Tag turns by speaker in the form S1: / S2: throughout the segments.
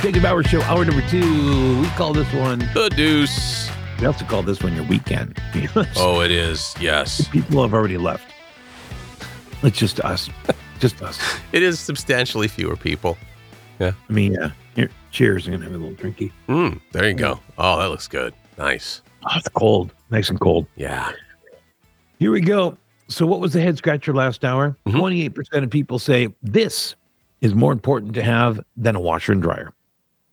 S1: Jacob Bauer Show, hour number two. We call this one,
S2: The deuce.
S1: we also call this one your weekend.
S2: Oh, it is. Yes.
S1: People have already left. It's just us. just us.
S2: It is substantially fewer people.
S1: I mean, yeah. Here, cheers. I'm going to have a little drinky.
S2: Mm, there you go. Oh, that looks good. Nice.
S1: Oh, it's cold. Nice and cold.
S2: Yeah.
S1: Here we go. So, what was the head scratcher last hour?
S2: Mhm.
S1: 28% of people say this is more important to have than a washer and dryer.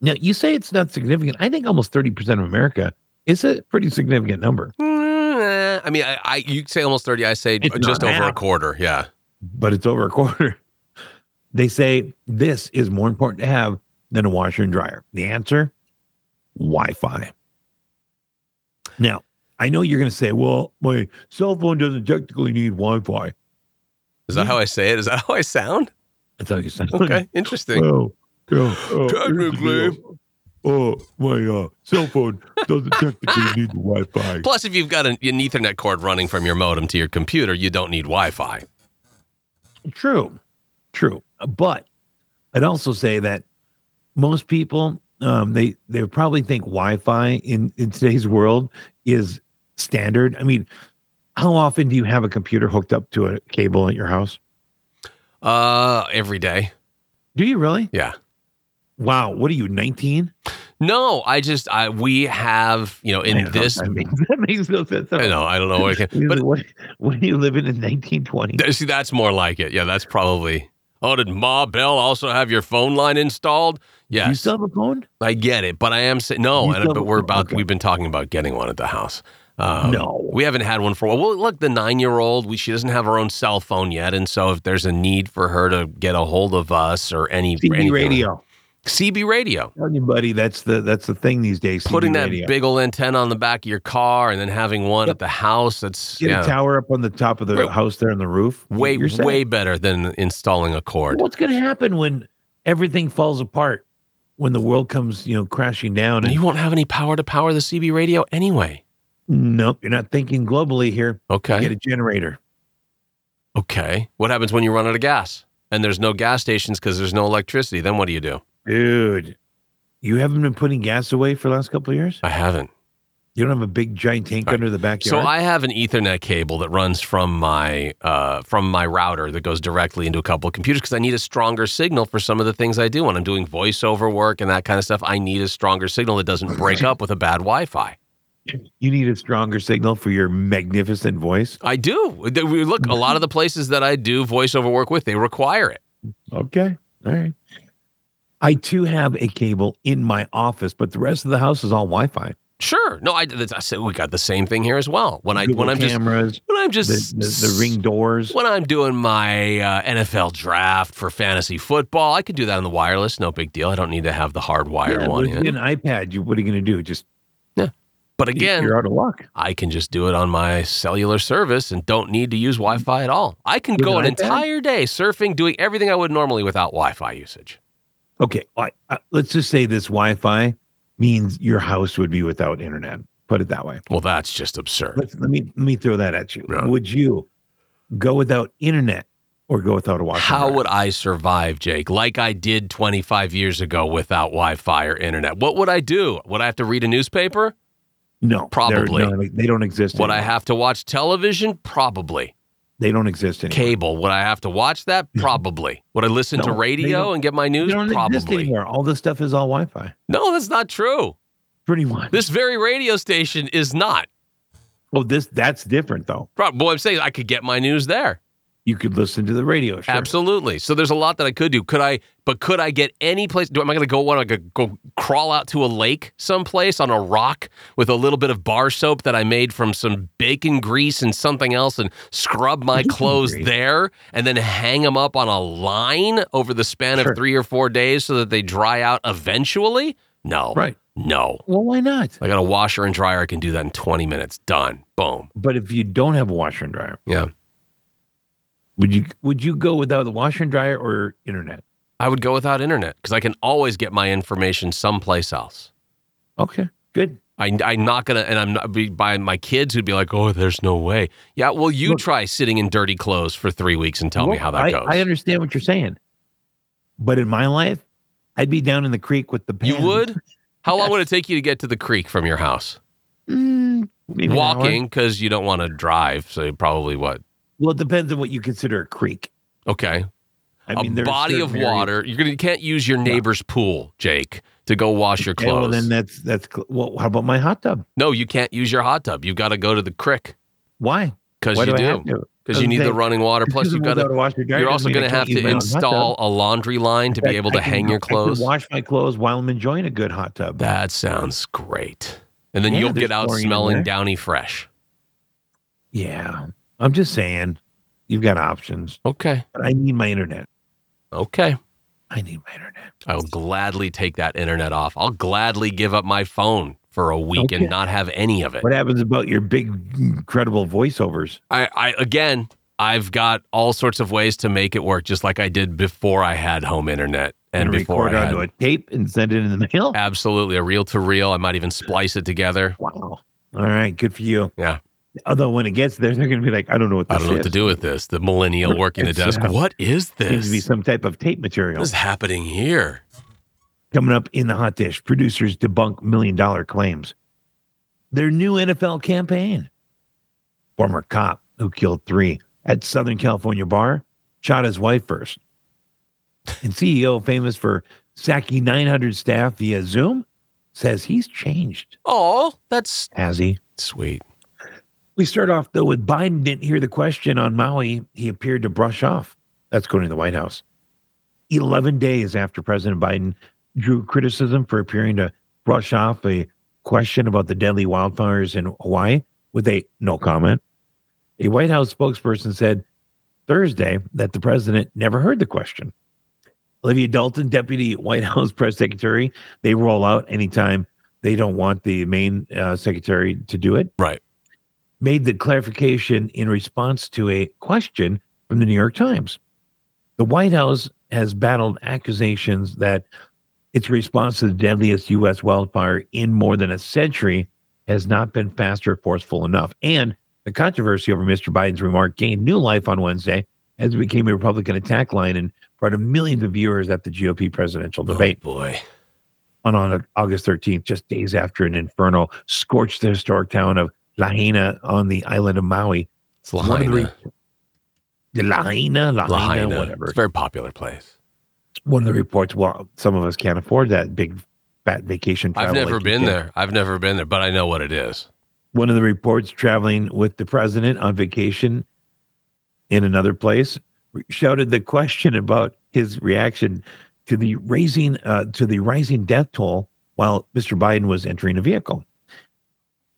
S1: Now, you say it's not significant. I think almost 30% of America is a pretty significant number,
S2: Mm, Hmm, eh, I mean, I, I you say almost 30, I say
S1: It's
S2: just
S1: not
S2: over a
S1: half.
S2: quarter. Yeah.
S1: but it's over a quarter. They say this is more important to have than a washer and dryer. The answer Wi Fi. Now, I know you're going to say, well, my cell phone doesn't technically need Wi Fi.
S2: Is that
S1: Yeah.
S2: how I say it? Is that how I sound?
S1: That's how you sound.
S2: Okay. Interesting.
S1: Well, yeah, uh, here's the
S2: Technically.
S1: deal. Uh, my uh, cell phone doesn't technically need the Wi-Fi.
S2: Plus, if you've got an, an Ethernet cord running from your modem to your computer, you don't need Wi Fi.
S1: True, true. But I'd also say that most people um, they they probably think Wi-Fi in in today's world is standard. I mean, how often do you have a computer hooked up to a cable at your house?
S2: Uh, every day.
S1: Do you really?
S2: Yeah.
S1: Wow. What are you, 19?
S2: No, I just, I we have, you know, in this,
S1: I mean, that makes no sense.
S2: I know, I don't know what I can, but
S1: But what, what do you live in in 1920?
S2: Th- See, that's more like it. Yeah, that's probably. Oh, did Ma Bell also have your phone line installed?
S1: Do you
S2: Yes,
S1: still have a phone?
S2: I get it, but I am saying no.
S1: You
S2: And, uh,
S1: still-
S2: but we're about.
S1: okay.
S2: We've been talking about getting one at the house. Um,
S1: no.
S2: we haven't had one for a while. Well, look, the nine-year-old, we she doesn't have her own cell phone yet, and so if there's a need for her to get a hold of us or any
S1: CB
S2: anything-
S1: radio.
S2: CB radio,
S1: Tell you, buddy, that's the that's the thing these days. CB
S2: putting that
S1: radio.
S2: big old antenna on the back of your car, and then having one
S1: Yep.
S2: at the house. That's
S1: get
S2: yeah,
S1: a tower up on the top of the
S2: Wait.
S1: house there on the roof.
S2: way
S1: You're set.
S2: way better than installing a cord.
S1: What's going to happen when everything falls apart? When the world comes, you know, crashing down,
S2: And
S1: and
S2: you won't have any power to power the CB radio anyway.
S1: nope, you're not thinking globally here.
S2: Okay.
S1: Get a generator.
S2: Okay. What happens when you run out of gas and there's no gas stations because there's no electricity? Then what do you do?
S1: Dude, you haven't been putting gas away for the last couple of years?
S2: I haven't.
S1: You don't have a big giant tank
S2: All right.
S1: under the backyard?
S2: So I have an Ethernet cable that runs from my uh, from my router that goes directly into a couple of computers because I need a stronger signal for some of the things I do when I'm doing voiceover work and that kind of stuff. I need a stronger signal that doesn't break up with a bad Wi-Fi.
S1: you need a stronger signal for your magnificent voice.
S2: I do. Th- we- Look, a lot of the places that I do voiceover work with, they require it.
S1: Okay. All right. I too have a cable in my office, but the rest of the house is all Wi-Fi.
S2: Sure. No, I, that's- I said we got the same thing here as well. When I
S1: Google
S2: when I'm just
S1: cameras,
S2: when I'm just
S1: the, the, the ring doors.
S2: When I'm doing my uh, NFL draft for fantasy football, I could do that on the wireless. No big deal. I don't need to have the hardwired
S1: Yeah,
S2: one
S1: with
S2: in.
S1: an iPad, you what are you going to do? Just
S2: But again,
S1: you're out of luck.
S2: I can just do it on my cellular service and don't need to use Wi Fi at all. I can
S1: With
S2: go
S1: an
S2: an,
S1: iPad?
S2: entire day surfing, doing everything I would normally without Wi Fi usage.
S1: Okay, I, I, let's just say this Wi-Fi means your house would be without internet. Put it that way.
S2: Well, that's just absurd.
S1: Let's, let me let me throw that at you.
S2: Yeah.
S1: Would you go without internet or go without a Wi-Fi?
S2: How would I survive, Jake, like I did 25 years ago without Wi Fi or internet? What would I do? Would I have to read a newspaper?
S1: no they're-
S2: Probably.
S1: no, they don't exist.
S2: Would I
S1: anymore.
S2: have to watch television? Probably.
S1: They don't exist anymore.
S2: cable. Would I have to watch that? Probably. Would I listen to
S1: No, they
S2: radio
S1: don't-
S2: and get my news?
S1: They don't exist
S2: Probably.
S1: anymore. All this stuff is all Wi-Fi.
S2: No, that's not true.
S1: Pretty much.
S2: This very radio station is not.
S1: oh, this that's different though.
S2: Probably. Well, I'm saying I could get my news there.
S1: You could listen to the radio. Sure.
S2: Absolutely. So there's a lot that I could do. Could I? But could I get any place? Do am I going to go? What? I could go crawl out to a lake someplace on a rock with a little bit of bar soap that I made from some bacon grease and something else, and scrub my
S1: Bacon
S2: clothes
S1: grease?
S2: there, and then hang them up on a line over the span
S1: Sure.
S2: of three or four days so that they dry out eventually. No.
S1: Right.
S2: No.
S1: Well, why not?
S2: I got a washer and dryer. I can do that in 20 minutes. Done. Boom.
S1: But if you don't have a washer and dryer,
S2: Yeah.
S1: would you would you go without the washer and dryer or internet?
S2: I would go without internet because I can always get my information someplace else.
S1: Okay, good.
S2: I, I'm not gonna, and I'm not be by my kids who'd be like, "Oh, there's no way." Yeah, well, you
S1: Look-
S2: try sitting in dirty clothes for three weeks and tell me
S1: Well,
S2: how that
S1: I,
S2: goes.
S1: I understand what you're saying, but in my life, I'd be down in the creek with the pen.
S2: You would? How long would it take you to get to the creek from your house?
S1: Mm, maybe an hour.
S2: Walking, because you don't want to drive. So probably what?
S1: Well, it depends on what you consider a creek.
S2: Okay.
S1: I
S2: a
S1: mean, there's
S2: body of
S1: certain areas-
S2: water. You're gonna you can't use your neighbor's pool, Jake, to go wash your
S1: Okay,
S2: clothes.
S1: well, then that's that's. cl- Well, how about my hot tub?
S2: no, you can't use your hot tub. You've got to go to the creek
S1: Why?
S2: because
S1: Why
S2: you
S1: do, I
S2: do
S1: have to?
S2: because you
S1: I'm
S2: need the
S1: saying-
S2: running water.
S1: Just
S2: Plus,
S1: 'cause
S2: you've
S1: I'm
S2: got to.
S1: allowed wash your garden
S2: You're
S1: doesn't
S2: also
S1: mean I
S2: going to
S1: can't
S2: have
S1: use
S2: to
S1: my own hot
S2: install
S1: tub.
S2: a laundry line to
S1: In
S2: be
S1: fact,
S2: able to
S1: I can-
S2: hang your
S1: I can
S2: clothes.
S1: wash my clothes while I'm enjoying a good hot tub.
S2: That sounds great. And then
S1: Yeah,
S2: you'll get
S1: there's
S2: out
S1: chlorine in
S2: smelling
S1: there.
S2: downy fresh.
S1: yeah, I'm just saying, you've got options.
S2: Okay.
S1: But I need my internet.
S2: Okay.
S1: I need my internet.
S2: I will gladly take that internet off. I'll gladly give up my phone for a week
S1: Okay.
S2: and not have any of it.
S1: What happens about your big, incredible voiceovers?
S2: I, I again, I've got all sorts of ways to make it work, just like I did before I had home internet and
S1: You
S2: before
S1: record
S2: I had
S1: onto a tape and send it in the mail.
S2: absolutely a reel to reel. I might even splice it together.
S1: Wow. All right, good for you.
S2: Yeah.
S1: Although when it gets there, they're going to be like, I don't know what this
S2: I don't know what to
S1: is.
S2: do with this. The millennial working the
S1: It's,
S2: desk.
S1: uh,
S2: What is
S1: Seems to be
S2: this?
S1: some type of tape material.
S2: What is happening here?
S1: Coming up in the hot dish, producers debunk million dollar claims. Their new NFL campaign. Former cop who killed three at Southern California bar shot his wife first. And CEO, famous for sacking 900 staff via Zoom, says he's changed.
S2: Oh, that's
S1: Has he?
S2: sweet.
S1: We start off though with Biden didn't hear the question on Maui. He appeared to brush off. That's going to the White House. 11 days after President Biden drew criticism for appearing to brush off a question about the deadly wildfires in Hawaii with a no comment. A White House spokesperson said Thursday that the president never heard the question. Olivia Dalton, deputy White House press secretary, they roll out anytime they don't want the main uh, secretary to do it made the clarification in response to a question from the New York Times. The White House has battled accusations that its response to the deadliest U.S. wildfire in more than a century has not been fast or forceful enough. And the controversy over Mr. Biden's remark gained new life on Wednesday as it became a Republican attack line and brought in millions of viewers at the GOP presidential debate
S2: Oh, boy.
S1: on, on August 13th, just days after an inferno scorched the historic town of Lahaina on the island of Maui.
S2: It's
S1: One of the
S2: Lahaina.
S1: re- the Lahaina, Lahaina,
S2: Lahaina. It's
S1: whatever.
S2: a very popular place.
S1: One of the reports. Well, some of us can't afford that big fat vacation.
S2: I've
S1: travel
S2: never
S1: like you
S2: been
S1: can.
S2: there. I've never been there, but I know what it is.
S1: One of the reports traveling with the president on vacation in another place shouted the question about his reaction to the raising uh, to the rising death toll while Mr. Biden was entering a vehicle.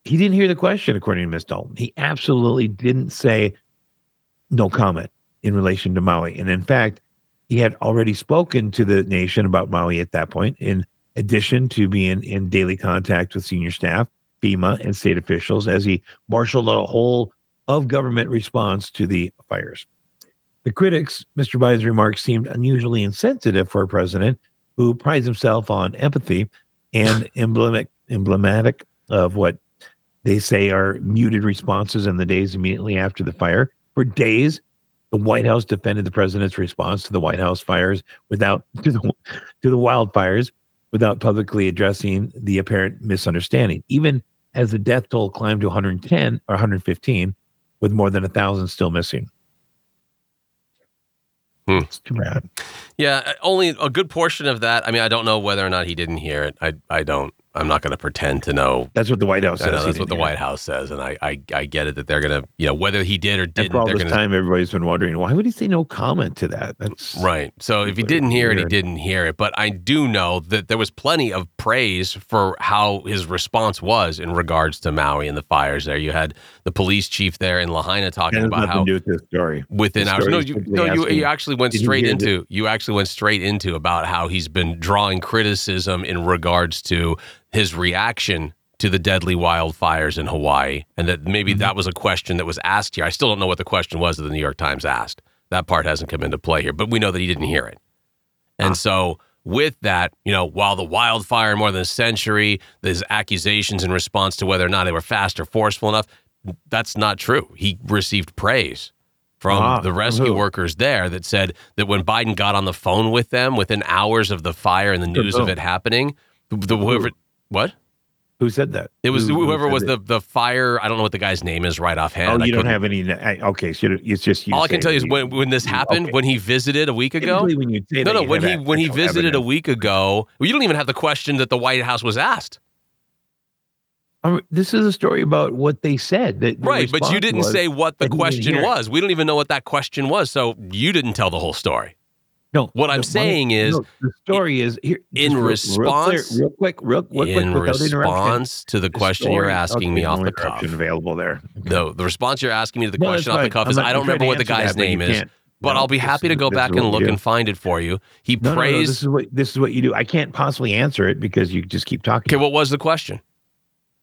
S1: He didn't hear the question, according to Ms. Dalton. He absolutely didn't say no comment in relation to Maui. And in fact, he had already spoken to the nation about Maui at that point, in addition to being in daily contact with senior staff, FEMA, and state officials as he marshaled a whole of government response to the fires. The critics, Mr. Biden's remarks seemed unusually insensitive for a president who prides himself on empathy and emblematic, emblematic of what they say are muted responses in the days immediately after the fire. For days, the White House defended the president's response to the White House fires without to the to the wildfires without publicly addressing the apparent misunderstanding. Even as the death toll climbed to 110 or 115, with more than a thousand still missing.
S2: Hmm.
S1: It's too bad.
S2: Yeah, uh, only a good portion of that. I mean, I don't know whether or not he didn't hear it. I, I don't. I'm not going to pretend to know.
S1: That's what the White House
S2: I
S1: says.
S2: know
S1: he
S2: that's what
S1: didn't
S2: the
S1: hear.
S2: White House says, and I, I, I get it that they're going to, you know, whether he did or
S1: And
S2: didn't,
S1: for all
S2: they're
S1: this
S2: going to
S1: time, everybody's been wondering why would he say no comment to that? That's
S2: Right. So if he
S1: Weird,
S2: didn't hear it, he
S1: weird.
S2: didn't hear it. But I do know that there was plenty of praise for how his response was in regards to Maui and the fires there. You had the police chief there in Lahaina
S1: That
S2: talking
S1: has
S2: about
S1: nothing to
S2: how
S1: do with this story.
S2: within
S1: The
S2: hours. No,
S1: story's
S2: you,
S1: simply
S2: no, you,
S1: asking,
S2: you actually went
S1: did you
S2: straight
S1: hear the-
S2: into you actually went straight into about how he's been drawing criticism in regards to his reaction to the deadly wildfires in Hawaii, and that maybe
S1: Mhm.
S2: that was a question that was asked here. I still don't know what the question was that the New York Times asked. That part hasn't come into play here, but we know that he didn't hear it, and
S1: Ah.
S2: so. With that, you know, while the wildfire in more than a century, there's accusations in response to whether or not they were fast or forceful enough, that's not true. He received praise from
S1: Ah,
S2: the
S1: from
S2: rescue
S1: who?
S2: workers there that said that when Biden got on the phone with them within hours of the fire and the news of
S1: who?
S2: it happening, the, the whoever what
S1: Who said that?
S2: it was
S1: Who- who
S2: whoever
S1: said
S2: was
S1: it?
S2: the the fire. I don't know what the guy's name is right
S1: Oh,
S2: offhand.
S1: you
S2: I
S1: don't
S2: couldn't-
S1: have any. I- Okay, so it's just you.
S2: all I
S1: saying
S2: can tell you is
S1: that
S2: when when this
S1: you-
S2: happened,
S1: okay.
S2: when he visited a week ago.
S1: Typically when you say
S2: No,
S1: that,
S2: no.
S1: you
S2: When he
S1: have
S2: when he
S1: actual
S2: visited a
S1: evidence.
S2: week ago, well, you don't even have the question that the White House was asked,
S1: Um, this is a story about what they said. That the
S2: right? But you
S1: response
S2: didn't
S1: was-
S2: say what
S1: that
S2: the
S1: he didn't
S2: question
S1: hear it.
S2: was. We don't even know what that question was, so you didn't tell the whole story.
S1: No.
S2: What I'm
S1: the-
S2: saying is,
S1: no, the story is here.
S2: in
S1: just real- real clear-
S2: response-
S1: real quick, real, real quick,
S2: in
S1: without interruption.
S2: response to
S1: the
S2: the question you're
S1: story-
S2: asking
S1: okay,
S2: me
S1: no
S2: off the
S1: interruption
S2: cuff,
S1: available there.
S2: the the response you're asking me to the
S1: No,
S2: question
S1: that's
S2: off the
S1: fine.
S2: cuff
S1: I'm
S2: is
S1: not-
S2: I don't
S1: I'm trying
S2: remember
S1: to
S2: what the
S1: answer that,
S2: guy's
S1: but you
S2: name is,
S1: can't.
S2: but
S1: No,
S2: I'll be
S1: this
S2: happy to
S1: is-
S2: go
S1: this
S2: back
S1: is what
S2: and
S1: we
S2: look
S1: do.
S2: and find it for you. He
S1: No, no, no, this
S2: praised.
S1: is what this is what you do. I can't possibly answer it because you just keep talking.
S2: Okay, what was the question?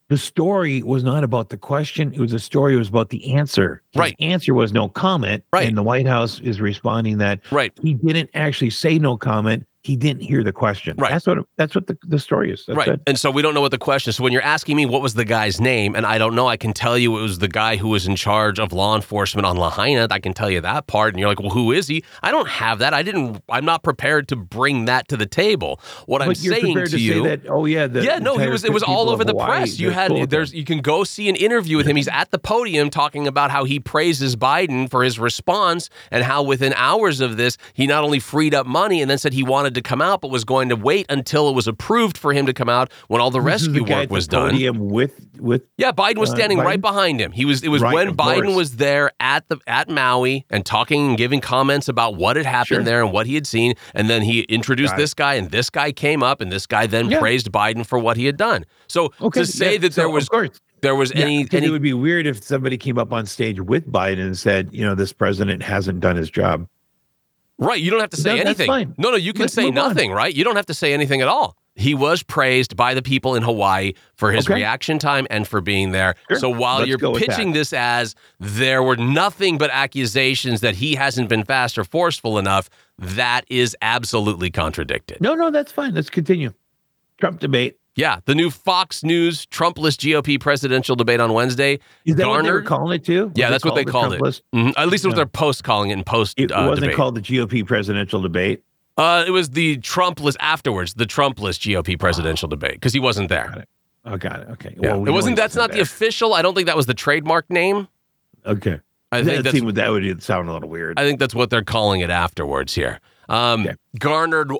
S1: the story was not about the question. It was the story was about the answer. His
S2: Right.
S1: answer was no comment.
S2: Right.
S1: And the White House is responding that
S2: Right.
S1: he didn't actually say no comment. He didn't hear the question.
S2: Right.
S1: That's what that's what the, the story is. That's
S2: right.
S1: it.
S2: And so we don't know what the question is. So when you're asking me what was the guy's name, and I don't know, I can tell you it was the guy who was in charge of law enforcement on Lahaina. I can tell you that part. And you're like, well, who is he? I don't have that. I didn't, I'm not prepared to bring that to the table. What I'm
S1: but you're
S2: saying
S1: prepared
S2: to,
S1: to,
S2: you.
S1: say that, oh yeah, the
S2: yeah, no, he
S1: entire
S2: was. It was
S1: people
S2: all
S1: of
S2: over the
S1: Hawaii,
S2: press. You
S1: they're cool
S2: had
S1: with
S2: there's.
S1: him.
S2: You can go see an interview with him. He's at the podium talking about how he praises Biden for his response and how within hours of this, he not only freed up money and then said he wanted to come out, but was going to wait until it was approved for him to come out when all the
S1: This is
S2: rescue
S1: guy at
S2: work
S1: the
S2: was done.
S1: podium With with
S2: Yeah, Biden was
S1: Uh,
S2: standing right
S1: Biden?
S2: behind him. He was. It was
S1: Right,
S2: when
S1: of
S2: Biden
S1: course.
S2: was there at the at Maui and talking and giving comments about what had happened
S1: Sure.
S2: there and what he had seen, and then he introduced
S1: Got it.
S2: this guy, and this guy came up, and this guy then
S1: Yeah.
S2: praised Biden for what he had done. So
S1: okay
S2: to say
S1: yeah,
S2: that
S1: so
S2: there was
S1: of course
S2: there was
S1: Yeah,
S2: any
S1: 'cause
S2: any
S1: it would be weird if somebody came up on stage with Biden and said, you know, this president hasn't done his job.
S2: Right. You don't have to say
S1: That- that's
S2: anything.
S1: fine.
S2: No, no, you can
S1: Let's
S2: say
S1: move on.
S2: nothing, right? You don't have to say anything at all. He was praised by the people in Hawaii for his
S1: Okay.
S2: reaction time and for being there.
S1: Sure.
S2: So while
S1: Let's
S2: you're
S1: go with
S2: pitching this as there were nothing but accusations that he hasn't been fast or forceful enough, that is absolutely contradicted.
S1: No, no, that's fine. Let's continue. Trump debate.
S2: Yeah. The new Fox News Trumpless GOP presidential debate on Wednesday.
S1: Is that what they were
S2: Garnered?
S1: calling it too?
S2: Yeah,
S1: Was
S2: that's what they
S1: the
S2: called
S1: Trump
S2: it.
S1: list?
S2: Mhm. At least it was
S1: No.
S2: their post calling it and post
S1: It
S2: uh,
S1: wasn't
S2: debate.
S1: called the GOP presidential debate.
S2: Uh, it was the Trumpless afterwards, the Trumpless GOP presidential debate because he wasn't there.
S1: Oh, got it. Okay.
S2: Yeah.
S1: Well, we
S2: it wasn't.
S1: know he
S2: That's not the official. I don't think that was the trademark name.
S1: there. Okay.
S2: I think
S1: that,
S2: that's.
S1: seemed, that would sound a little weird.
S2: I think that's what they're calling it afterwards here. Um,
S1: Okay.
S2: Garnered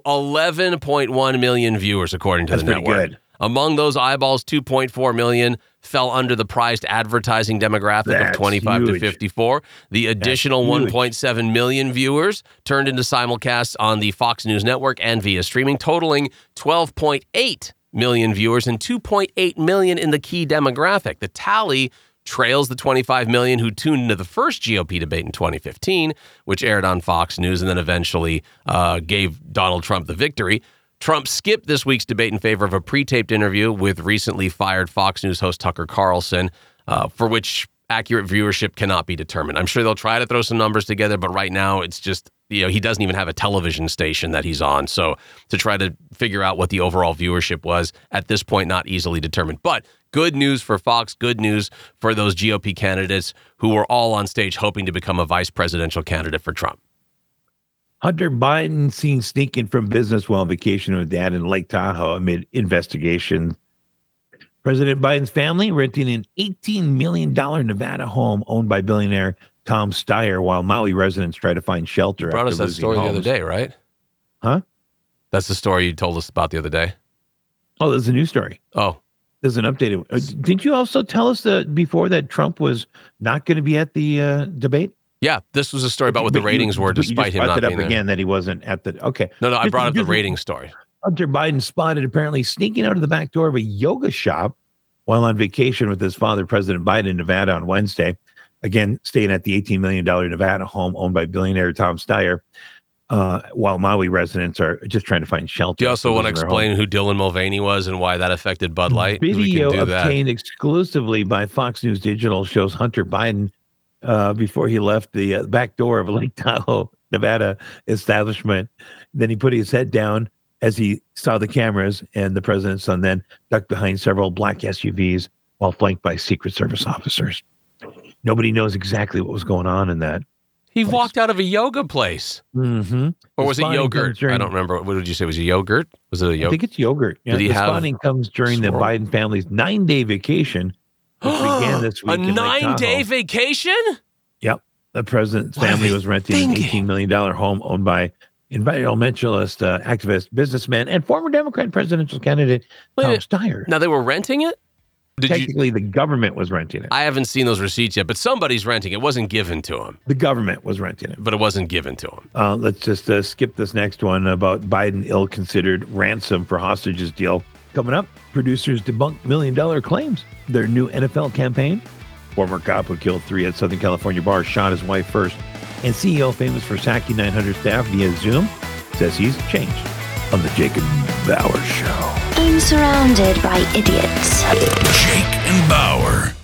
S2: 11.1 million viewers, according to
S1: that's
S2: the
S1: pretty
S2: network.
S1: good.
S2: Among those eyeballs, 2.4 million fell under the prized advertising demographic of
S1: That's
S2: 25 to
S1: huge.
S2: 54. The additional
S1: huge.
S2: 1.7 million viewers turned into simulcasts on the Fox News network and via streaming, totaling 12.8 million viewers and 2.8 million in the key demographic. The tally trails the 25 million who tuned into the first GOP debate in 2015, which aired on Fox News and then eventually uh, gave Donald Trump the victory. Trump skipped this week's debate in favor of a pre taped interview with recently fired Fox News host Tucker Carlson, uh, for which accurate viewership cannot be determined. I'm sure they'll try to throw some numbers together, but right now it's just, you know, he doesn't even have a television station that he's on. So to try to figure out what the overall viewership was at this point, not easily determined. But good news for Fox, good news for those GOP candidates who were all on stage hoping to become a vice presidential candidate for Trump.
S1: Hunter Biden seen sneaking from business while on vacation with dad in Lake Tahoe amid investigation. President Biden's family renting an $18 million Nevada home owned by billionaire Tom Steyer while Maui residents try to find shelter.
S2: Brought
S1: after
S2: us that
S1: losing
S2: story the other
S1: homes.
S2: day, right?
S1: Huh?
S2: That's the story you told us about the other day.
S1: Oh, there's a new story.
S2: Oh,
S1: There's an updated. Uh, didn't you also tell us that before that Trump was not going to be at the uh, debate?
S2: yeah. This was a story about what the
S1: But you-
S2: ratings were,
S1: but you
S2: despite
S1: just
S2: him
S1: brought
S2: not
S1: that up
S2: being there.
S1: again that he wasn't at the. Okay,
S2: No, no, I
S1: Just-
S2: brought up the
S1: just-
S2: rating story.
S1: Hunter Biden spotted apparently sneaking out of the back door of a yoga shop while on vacation with his father, President Biden, in Nevada on Wednesday. Again, staying at the $18 million Nevada home owned by billionaire Tom Steyer, uh, while Maui residents are just trying to find shelter.
S2: Do you also
S1: from
S2: want to
S1: losing their home.
S2: explain who Dylan Mulvaney was and why that affected Bud Light? 'Cause we
S1: Video
S2: can do that.
S1: obtained exclusively by Fox News Digital shows Hunter Biden uh, before he left the uh, back door of Lake Tahoe, Nevada establishment. Then he put his head down as he saw the cameras, and the president's son then ducked behind several black SUVs while flanked by Secret Service officers. Nobody knows exactly what was going on in that
S2: He walked out of a yoga place.
S1: Mm-hmm.
S2: Or
S1: The
S2: was it
S1: spotting
S2: yogurt?
S1: comes during-
S2: I don't remember. What did you say? Was it yogurt? Was it a
S1: I
S2: yogurt?
S1: think it's yogurt. Yeah,
S2: Did he
S1: the
S2: have
S1: spotting comes during the
S2: swirl?
S1: Biden family's nine day vacation. which began this week
S2: a
S1: in Lake
S2: nine day
S1: Tahoe.
S2: vacation?
S1: The president's
S2: What are
S1: family
S2: they
S1: was renting
S2: thinking?
S1: an $18 million home owned by environmentalist, uh, activist, businessman, and former Democrat presidential candidate
S2: Wait a
S1: Tom
S2: minute.
S1: Steyer.
S2: Now they were renting it? Did you?
S1: Technically, the government was renting it.
S2: I haven't seen those receipts yet, but somebody's renting. It wasn't given to him,
S1: The government was renting it.
S2: but it wasn't given to him.
S1: Uh, let's just uh, skip this next one about Biden ill considered ransom for hostages deal. Coming up, producers debunk million dollar claims. Their new NFL campaign. Former cop who killed three at Southern California bar shot his wife first. And CEO famous for sacking 900 staff via Zoom says he's changed on the Jacob Bauer Show.
S3: I'm surrounded by idiots.
S4: Jake and Bauer.